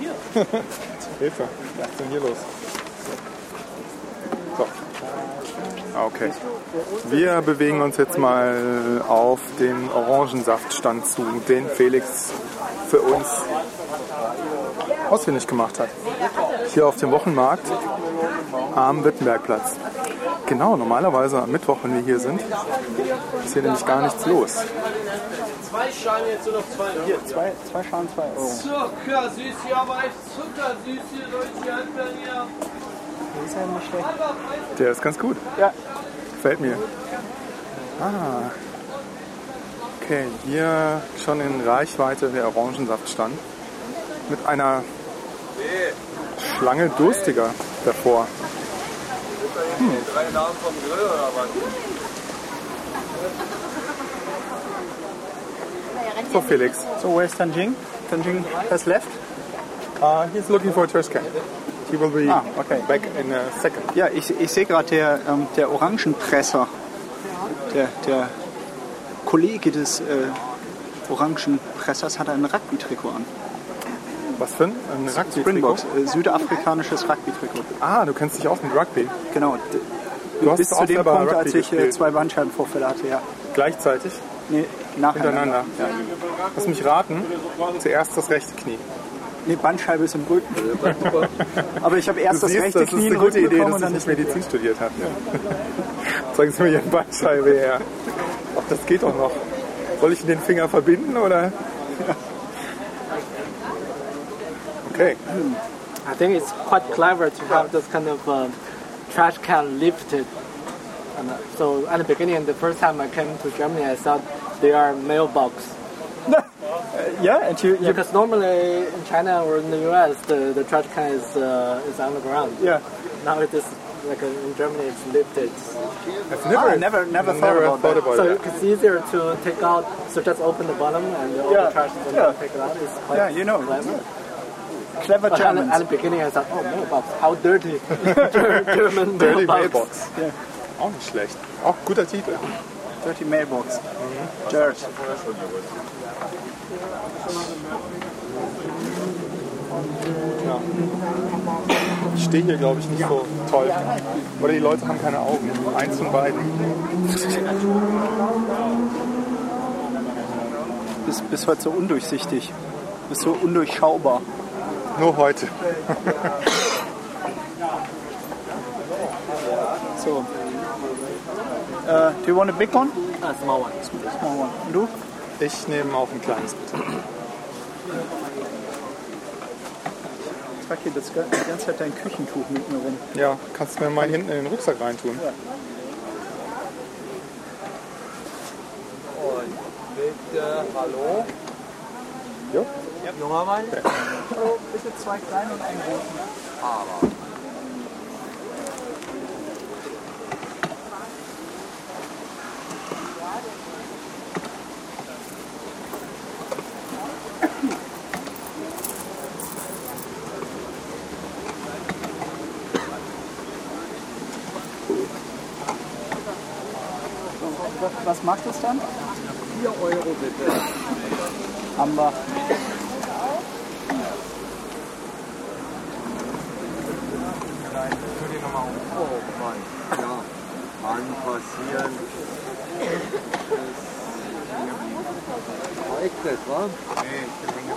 Hilfe, was ist denn hier los? So. Ah, Okay. Wir bewegen uns jetzt mal auf den Orangensaftstand zu, den Felix für uns ausfindig gemacht hat. Hier auf dem Wochenmarkt am Wittenbergplatz. Genau, normalerweise am Mittwoch, wenn wir hier sind, ist hier nämlich gar nichts los. Zwei Schalen jetzt nur noch zwei. Hier, Zwei, zwei Schalen, zwei Euro. Zuckersüß, ja, aber echt zuckersüß, ihr deutsche Handwerker. Das ist ja nicht schlecht. Der ist ganz gut. Ja. Gefällt mir. Ah. Okay, hier schon in Reichweite der Orangensaftstand. Mit einer Schlange Durstiger davor. Drei Namen vom Grill oder was? So, Felix. So, where's Tanjing? Tanjing has left. Uh, he's looking for a trash can. He will be Ah, okay. back in a second. Ja, ich, ich sehe gerade, der, ähm, der Orangenpresser, der, der Kollege des äh, Orangenpressers hat ein Rugby-Trikot an. Was für ein, ein Rugby-Trikot? Springboks, äh, südafrikanisches Rugby-Trikot. Ah, du kennst dich aus mit Rugby. Genau. d- Du hast Bis zu auch dem selber Punkt, Rugby als ich äh, gespielt. zwei Bandscheibenvorfälle hatte, ja. Gleichzeitig, Nee, nacheinander. hintereinander. Lass mich raten, zuerst das rechte Knie. Nee, Bandscheibe ist im Rücken. Aber ich habe erst Du das siehst, rechte das Knie ist in den eine gute Rücken Idee, bekommen und dass ich dann nicht ist Medizin studiert habe. Zeigen Sie mir Ihren Bandscheibe her. Ach, das geht doch noch. Soll ich den Finger verbinden oder? Okay, I think it's quite clever to have this kind of um, trash can lifted. And, uh, so at the beginning, the first time I came to Germany, I thought they are mailbox. Yeah, and you, you, Because normally in China or in the U.S., the, the trash can is uh, is on the ground. yeah. Now it is like uh, in Germany, it's lifted. I've Ah, never, never thought never about thought that. about So that. it's easier to take out. So just open the bottom and all Yeah, the trash is yeah. yeah. take it out. It's quite Yeah, you know, clever. Clever But at, the- Germans. at the beginning, I thought, oh, mailbox, how dirty. German Dirty mailbox. Mailbox. Auch nicht schlecht. Auch guter Titel. Dirty mailbox. Mhm. Dirt. Ich stehe hier, glaube ich, nicht so toll. Oder die Leute haben keine Augen. Eins von beiden. Bist, bist heute so undurchsichtig. Bist so undurchschaubar. Nur heute. So. Uh, do you want a big one? A small one. Small one. Und du? Ich nehme auch ein kleines bitte. Ich trage hier das, ga- die ganze Zeit dein Küchentuch mit mir rum. Ja, kannst du mir mal hinten in den Rucksack reintun. Und bitte, hallo? Jo. Junger Mann? Oh, bitte zwei kleine und einen großen. Was- Was macht es dann? 4 Euro bitte. Haben wir. um. Oh Mann, ja. Kann passieren. Das reicht nicht, wa? Nee, ich bin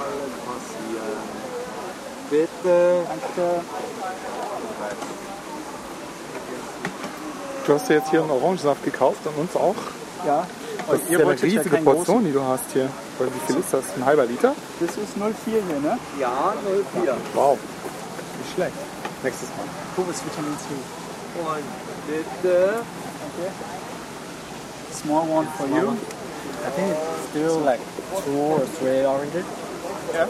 Alles passieren. Bitte. Danke. Du hast dir jetzt hier einen Orangensaft gekauft und uns auch. Ja. Das ist ja eine riesige Portion, die du hast hier. Weil Wie viel ist das? Ein halber Liter? Das ist 04 hier, ne? Ja, 04. Wow. Nicht schlecht. Nächstes Mal. Pures Vitamin C. Und bitte. Small one for you. I think it's still like two or three oranges. Yeah.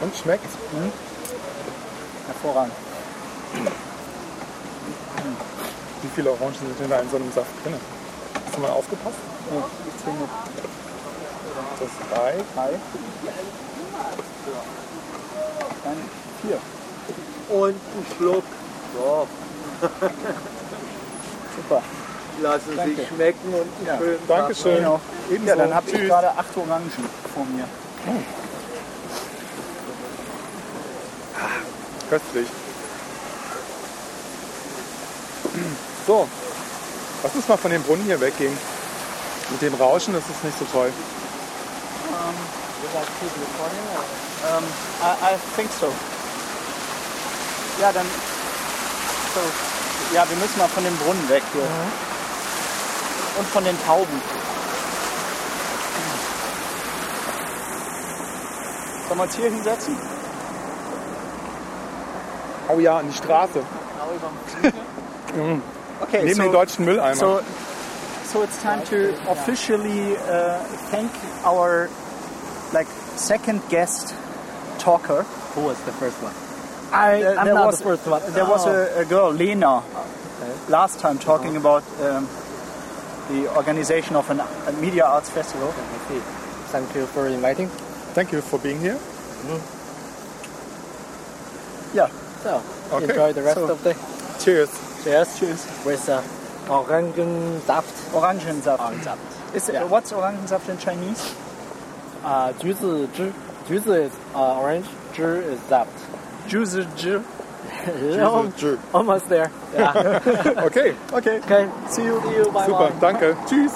Und schmeckt? Mhm. Hervorragend. Wie viele Orangen sind denn da in so einem Saft drin? Hast du mal aufgepasst? Ja, ich trinke Das reicht. drei. Dann vier. Und einen Schluck. So, Super. lassen Sie Danke. sich schmecken und einen Ja, schönen Tag. Dankeschön. Genau. Ebenso. Ja, dann habe ich Tschüss. gerade acht Orangen vor mir. Köstlich. So, lass uns mal von dem Brunnen hier weggehen. Mit dem Rauschen ist es nicht so You toll. guys keep recording or? Um, I, I think so. Ja, dann. So. Ja, wir müssen mal von dem Brunnen weg hier. Und von den Tauben. Sollen wir uns hier hinsetzen? Oh ja, an die Straße. Okay, Neben den deutschen Mülleimer. so, so it's time to officially uh, thank our like second guest talker. Who was the first one? I, Uh, there there was, was- There Oh. was a, a girl, Lena, uh, last time talking about um, the organization of an, a media arts festival. Thank you for inviting. Thank you for being here. Yeah. So Okay. enjoy the rest So- of the Cheers. cheers Cheers. with uh, Orangensaft. Orangensaft. Orangensaft. Is it, Yeah. What's orangensaft in Chinese? Uh, 橘子汁.橘子 is uh, orange. 汁 is zaft. Juice. Tschö. Almost there. Yeah. Okay, Okay. okay. See you. See you. Bye. super, Bye. danke. Tschüss.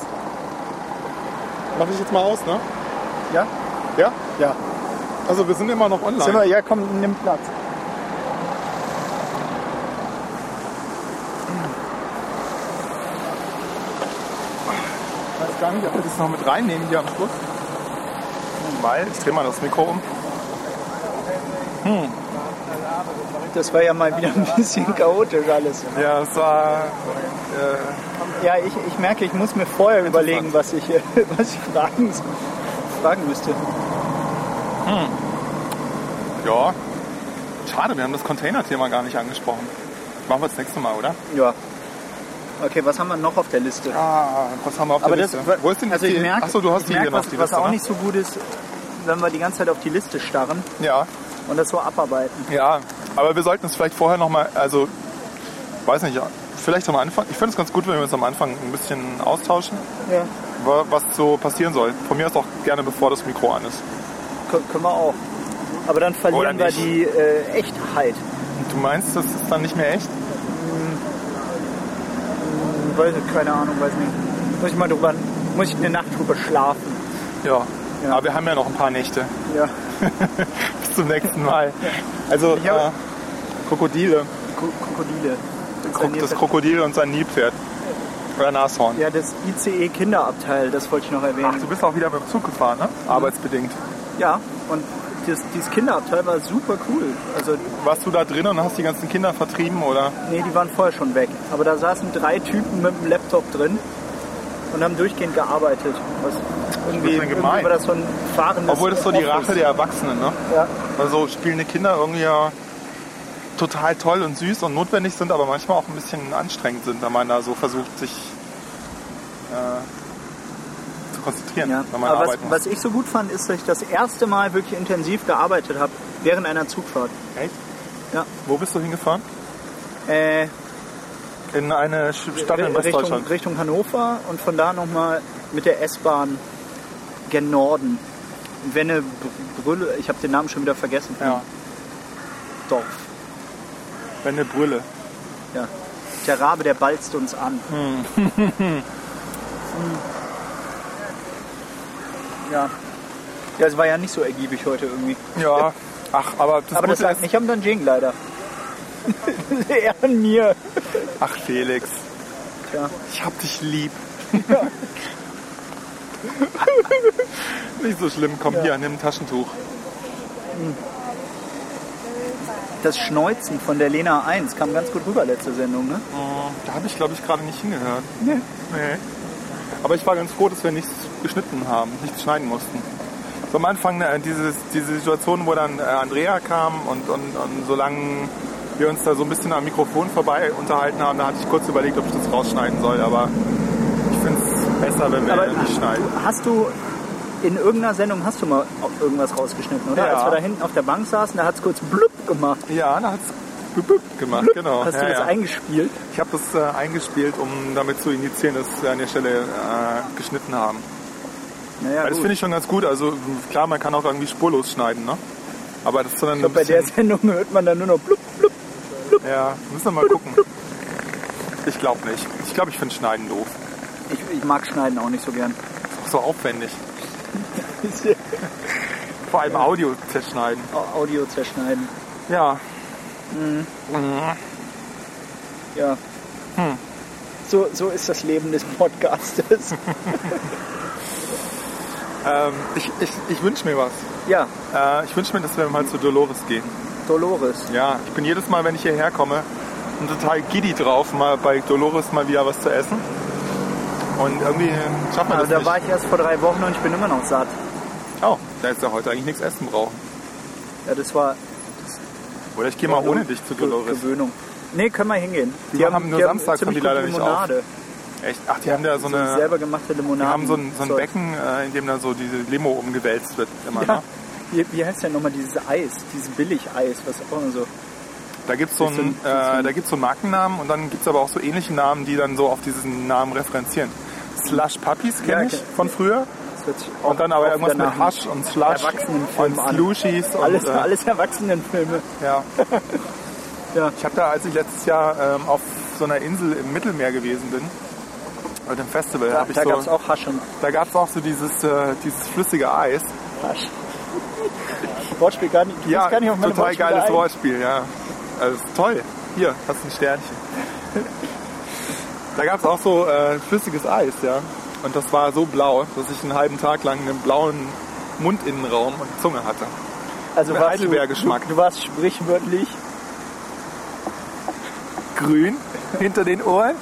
Mach ich jetzt mal aus, ne? Ja? Ja? Ja. Also wir sind immer noch online. Sind wir, ja, komm, nimm Platz. Ich weiß gar nicht, ob wir das noch mit reinnehmen hier am Schluss. Weil, ich drehe mal das Mikro um. Das war ja mal wieder ein bisschen chaotisch alles. Ja, es war... Ja, ich, ich merke, ich muss mir vorher überlegen, was ich, äh, was ich fragen, fragen müsste. ja, schade, wir haben das Container-Thema gar nicht angesprochen. Machen wir das nächste Mal, oder? Ja. Okay, was haben wir noch auf der Liste? Ah, was haben wir auf Aber der das, Liste? Wo ist denn also die... ich merke, Achso, du hast ich die merke, hier noch, was, die was Liste, auch ne? nicht so gut ist, wenn wir die ganze Zeit auf die Liste starren Ja, und das so abarbeiten. Ja, aber wir sollten es vielleicht vorher nochmal, also, weiß nicht, vielleicht am Anfang. Ich finde es ganz gut, wenn wir uns am Anfang ein bisschen austauschen, Ja. wa- was so passieren soll. Von mir aus auch gerne, bevor das Mikro an ist. Können wir auch. Aber dann verlieren Oder wir nicht. die äh, Echtheit. Und du meinst, das ist dann nicht mehr echt? Weiß ich, keine Ahnung, weiß nicht. Muss ich mal drüber, muss ich eine Nacht drüber schlafen. Ja. Ja. Aber wir haben ja noch ein paar Nächte. Ja. Bis zum nächsten Mal. Also, Ich hab- äh, Krokodile. Ko- Krokodile. Krok das Krokodil und sein Nilpferd. Oder Nashorn. Ja, das ICE-Kinderabteil, das wollte ich noch erwähnen. Ach, du bist auch wieder mit dem Zug gefahren, ne? Arbeitsbedingt. Ja, und das, dieses Kinderabteil war super cool. Also, Warst du da drin und hast die ganzen Kinder vertrieben, oder? nee, die waren vorher schon weg. Aber da saßen drei Typen mit dem Laptop drin und haben durchgehend gearbeitet. Was irgendwie, bisschen irgendwie gemein. war das so ein fahrendes Obwohl das so die Office. Rache der Erwachsenen, ne? Ja. Also spielende Kinder irgendwie ja total toll und süß und notwendig sind, aber manchmal auch ein bisschen anstrengend sind, wenn man da so versucht, sich äh, zu konzentrieren, Ja. wenn man Aber was, arbeiten was ich so gut fand, ist, dass ich das erste Mal wirklich intensiv gearbeitet habe während einer Zugfahrt. muss. Echt? Ja. Wo bist du hingefahren? Äh, In eine Sch- Stadt in Richtung, Westdeutschland. Richtung Hannover und von da nochmal mit der S-Bahn gen Norden. Wennebrülle, ich habe den Namen schon wieder vergessen. Ja, Dorf. wenn eine Brille. Ja. Der Rabe, der balzt uns an. Hm. ja. Ja, es war ja nicht so ergiebig heute irgendwie. Ja, Ach, aber das, Aber das Gute lag ist, nicht am Nanjing leider. Eher an mir. Ach, Felix, Tja. ich hab dich lieb. nicht so schlimm, komm hier, nimm ein Taschentuch. Das Schneuzen von der Lena 1 kam ganz gut rüber letzte Sendung, ne? Da habe ich, glaube ich, gerade nicht hingehört. Nee. Aber ich war ganz froh, dass wir nichts geschnitten haben, nichts schneiden mussten. So am Anfang äh, dieses, diese Situation, wo dann äh, Andrea kam und, und, und solange wir uns da so ein bisschen am Mikrofon vorbei unterhalten haben, da hatte ich kurz überlegt, ob ich das rausschneiden soll, aber ich finde es besser, wenn wir Aber nicht schneiden. Hast du in irgendeiner Sendung hast du mal au- irgendwas rausgeschnitten, oder? Ja. Als wir da hinten auf der Bank saßen, da hat es kurz blub gemacht. Ja, da hat es gemacht, genau. Hast ja, du das ja. eingespielt? Ich habe das äh, eingespielt, um damit zu indizieren, dass wir an der Stelle äh, geschnitten haben. Naja, Ja, das finde ich schon ganz gut. Also klar, man kann auch irgendwie spurlos schneiden, ne? Aber das ist dann ein Bei der bisschen, Sendung hört man dann nur noch blub, blub. ja, müssen wir mal gucken. Ich glaube nicht. Ich glaube, ich finde Schneiden doof. Ich, ich mag Schneiden auch nicht so gern. Ist auch so aufwendig. Vor allem Audio zerschneiden. Au- Audio zerschneiden. Ja, Mhm. Ja. Hm. So, so ist das Leben des Podcastes. ähm, ich, ich, ich wünsche mir was. ja, Äh, ich wünsche mir, dass wir mal zu Dolores gehen. Dolores. Ja, ich bin jedes Mal, wenn ich hierher komme, ein total giddy drauf, mal bei Dolores mal wieder was zu essen. Und irgendwie schafft man Also das da nicht. war ich erst vor drei Wochen und ich bin immer noch satt. oh, da ist ja heute eigentlich nichts essen brauchen. Ja, das war Oder ich gehe mal ohne dich zu Ge- Dolores. Gewöhnung. Nee, können wir hingehen. Die haben nur samstags, haben die ziemlich leider gute nicht Limonade. Echt? Ach, die haben da so So eine. selber gemachte Die Limonade. haben so ein, so ein Becken, äh, in dem da so diese Limo umgewälzt wird immer. Ja. Ne? Wie, wie heißt denn nochmal dieses Eis? Dieses Billigeis, was auch immer so. Da gibt so Bisschen- es äh, da gibt's so einen Markennamen und dann gibt es aber auch so ähnliche Namen, die dann so auf diesen Namen referenzieren. Slush Puppies kenne Ja, ich okay. von früher. Das hört sich auch- Und dann aber auch irgendwas danach mit Hush und Slush Erwachsenenfilm und an. Slushies und Alles, äh, alles Erwachsenenfilme. Ja. Ja. Ich habe da, als ich letztes Jahr ähm, auf so einer Insel im Mittelmeer gewesen bin, bei dem Festival, Da, hab ich da so, gab es auch Hasch und da gab es auch so dieses, äh, dieses flüssige Eis. Hasch. Wortspiel gar nicht. Du Ja, bist gar nicht auf meine total Wortspiele geiles ein. Wortspiel, ja. Also ist toll. Hier, hast ein Sternchen. da gab es auch so äh, flüssiges Eis, ja. Und das war so blau, dass ich einen halben Tag lang einen blauen Mundinnenraum und Zunge hatte. Also Mit warst du, Heidelbeergeschmack. du, du warst sprichwörtlich Grün hinter den Ohren.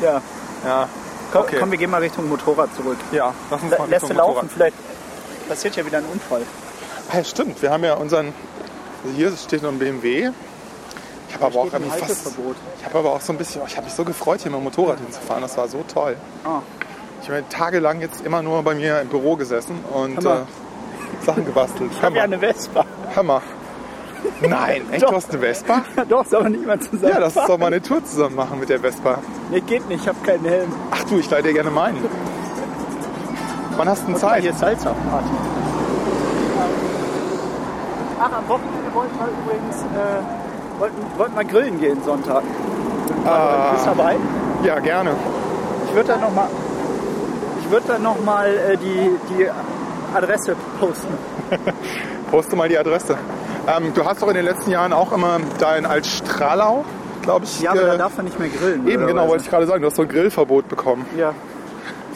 Ja, Ja, komm, Okay. komm, wir gehen mal Richtung Motorrad zurück. ja. Lass uns Lä- mal Lässt du Richtung laufen, Motorrad. vielleicht passiert ja wieder ein Unfall. Ah, ja, stimmt, wir haben ja unseren. Also hier steht noch ein BMW. Ich habe aber auch steht ein irgendwie fast, Halteverbot. Ich habe aber auch so ein bisschen. Ich habe mich so gefreut, hier mit dem Motorrad hinzufahren. Das war so toll. Ah. Ich habe tagelang jetzt immer nur bei mir im Büro gesessen und äh, Hammer. Sachen gebastelt. Ich habe ja Hammer. eine Vespa. Hammer. Nein, echt, Doch. du hast eine Vespa? Doch, soll man nicht mal zusammen. Ja, lass uns doch mal eine Tour zusammen machen mit der Vespa. Nee, geht nicht, ich habe keinen Helm. Ach du, ich leih dir gerne meinen. Wann hast du denn Guck mal, Hier Zeit? ist Salzerparty. Ach, am Wochenende wollten wir übrigens äh, wollten, wollten wir grillen gehen Sonntag. Ah. Bist du dabei? Ja, gerne. Ich würde dann nochmal würd dann noch mal, äh, die, die Adresse posten. Poste mal die Adresse. Ähm, du hast doch in den letzten Jahren auch immer dein Altstrahlau, glaube ich. Ja, aber ge- da darf man nicht mehr grillen. Äh, Eben, genau, wollte ich gerade sagen. Du hast so ein Grillverbot bekommen ich. Ja,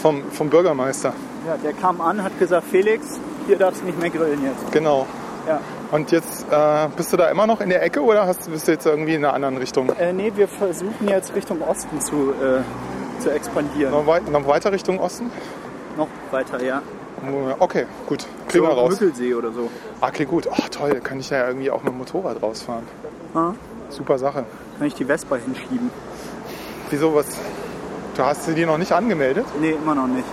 vom, vom Bürgermeister. ja, der kam an, hat gesagt, Felix, hier darfst du nicht mehr grillen jetzt. Genau. Ja. Und jetzt äh, bist du da immer noch in der Ecke oder hast, bist du jetzt irgendwie in einer anderen Richtung? Äh, nee, wir versuchen jetzt Richtung Osten zu, äh, zu expandieren. Noch, wei noch weiter Richtung Osten? Noch weiter, ja. Okay, gut. Kriegen wir So raus. Müggelsee oder so. Ah, klingt gut. Ach, toll. Kann ich ja irgendwie auch mit dem Motorrad rausfahren. Ah. Super Sache. Kann ich die Vespa hinschieben? Wieso was? Du hast sie dir noch nicht angemeldet? Nee, immer noch nicht.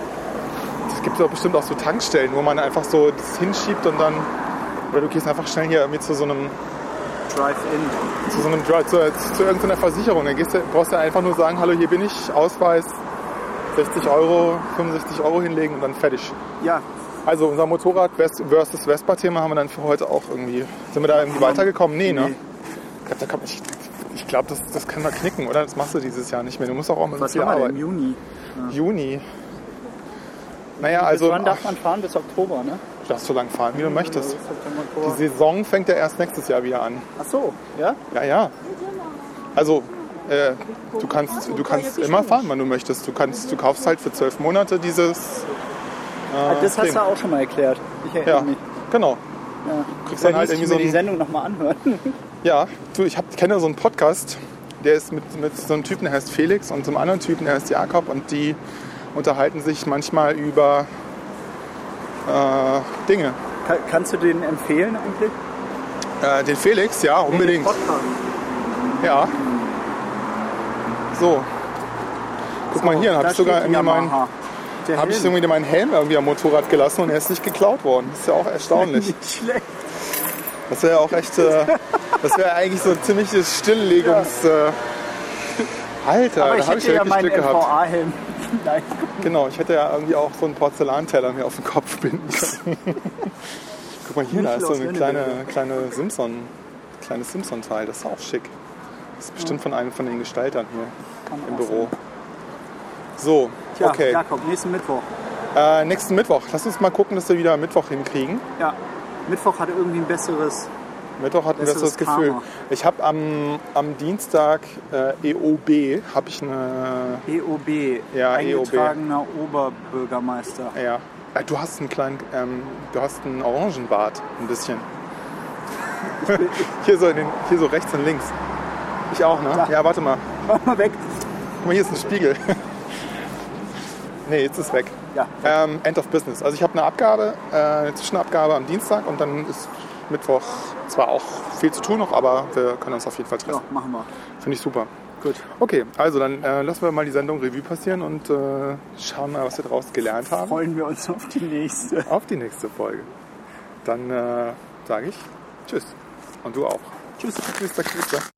Es gibt doch bestimmt auch so Tankstellen, wo man einfach so das hinschiebt und dann. Oder du gehst einfach schnell hier irgendwie zu so einem, Drive-In. zu so einem Drive, zu, zu irgendeiner Versicherung. Dann gehst du, brauchst du einfach nur sagen, hallo, hier bin ich, Ausweis, 60 Euro, 65 Euro hinlegen und dann fertig. Ja, Also unser Motorrad vers- versus Vespa-Thema haben wir dann für heute auch irgendwie. Sind wir da irgendwie weitergekommen? Nee, ne? Nee. Ich glaube, da kommt, ich, ich glaub, das, das können wir knicken, oder? Das machst du dieses Jahr nicht mehr. Du musst auch, auch mal so was viel haben wir denn? arbeiten. Juni. Juni. Naja, Also, also Wann darf man fahren? Bis Oktober, ne? ach, darfst du lang fahren, wie du möchtest. Bis September, Die Oktober. Saison fängt ja erst nächstes Jahr wieder an. Ach so, ja? Ja, ja. Also, äh, du kannst, du kannst immer fahren, wann du möchtest. Du kannst, du kaufst halt für zwölf Monate dieses. Ah, das hast Ding. du auch schon mal erklärt. Ich erinnere Ja, mich. genau. Kriegst dann halt Muss ich irgendwie mir so die ein, Sendung nochmal anhören. Ja, du, ich hab, kenne so einen Podcast, der ist mit, mit so einem Typen, der heißt Felix und so einem anderen Typen, der heißt Jakob und die unterhalten sich manchmal über äh, Dinge. Ka- Kannst du den empfehlen eigentlich? Äh, den Felix, ja, unbedingt. Podcast. Ja. So. Guck mal hier, dann habe ich sogar irgendwie meinen, Der hab ich Helm. irgendwie meinen Helm irgendwie am Motorrad gelassen und er ist nicht geklaut worden. Das ist ja auch erstaunlich. Nicht schlecht. Das wäre ja auch echt. Äh, das wäre eigentlich so ein ziemliches Stilllegungs. Äh, Alter, Aber da ich habe ich hätte ja wirklich meinen Glück gehabt. MVA-Helm. Nein. Genau, ich hätte ja irgendwie auch so einen Porzellanteller mir auf den Kopf binden können. Guck mal hier, da ist so eine kleine, kleine Simpson, kleines Simpson-Teil, das ist auch schick. Das ist bestimmt von einem von den Gestaltern hier im Büro. So, Tja, okay. Jakob, nächsten Mittwoch. Äh, nächsten Mittwoch. Lass uns mal gucken, dass wir wieder Mittwoch hinkriegen. Ja. Mittwoch hat irgendwie ein besseres. Mittwoch hatten wir Besseres das Gefühl. Karma. Ich habe am, am Dienstag äh, EOB, habe ich eine... EOB, Ja, E E eingetragener Oberbürgermeister. Ja. Äh, Du hast einen kleinen, ähm, du hast einen Orangenbart, ein bisschen. hier, so in den, hier so rechts und links. Ich auch, ne? Ja, warte mal. Mach mal weg. Guck mal, hier ist ein Spiegel. nee, jetzt ist weg. Ja. Ähm, End of Business. Also ich habe eine Abgabe, äh, eine Zwischenabgabe am Dienstag und dann ist Mittwoch zwar auch viel zu tun noch, aber wir können uns auf jeden Fall ja, treffen. machen wir. Finde ich super. Gut. Okay, also dann äh, lassen wir mal die Sendung Revue passieren und äh, schauen mal, was wir daraus gelernt haben Freuen wir uns auf die nächste. auf die nächste Folge. Dann äh, sage ich Tschüss. Und du auch. Tschüss. Tschüss, tschüss.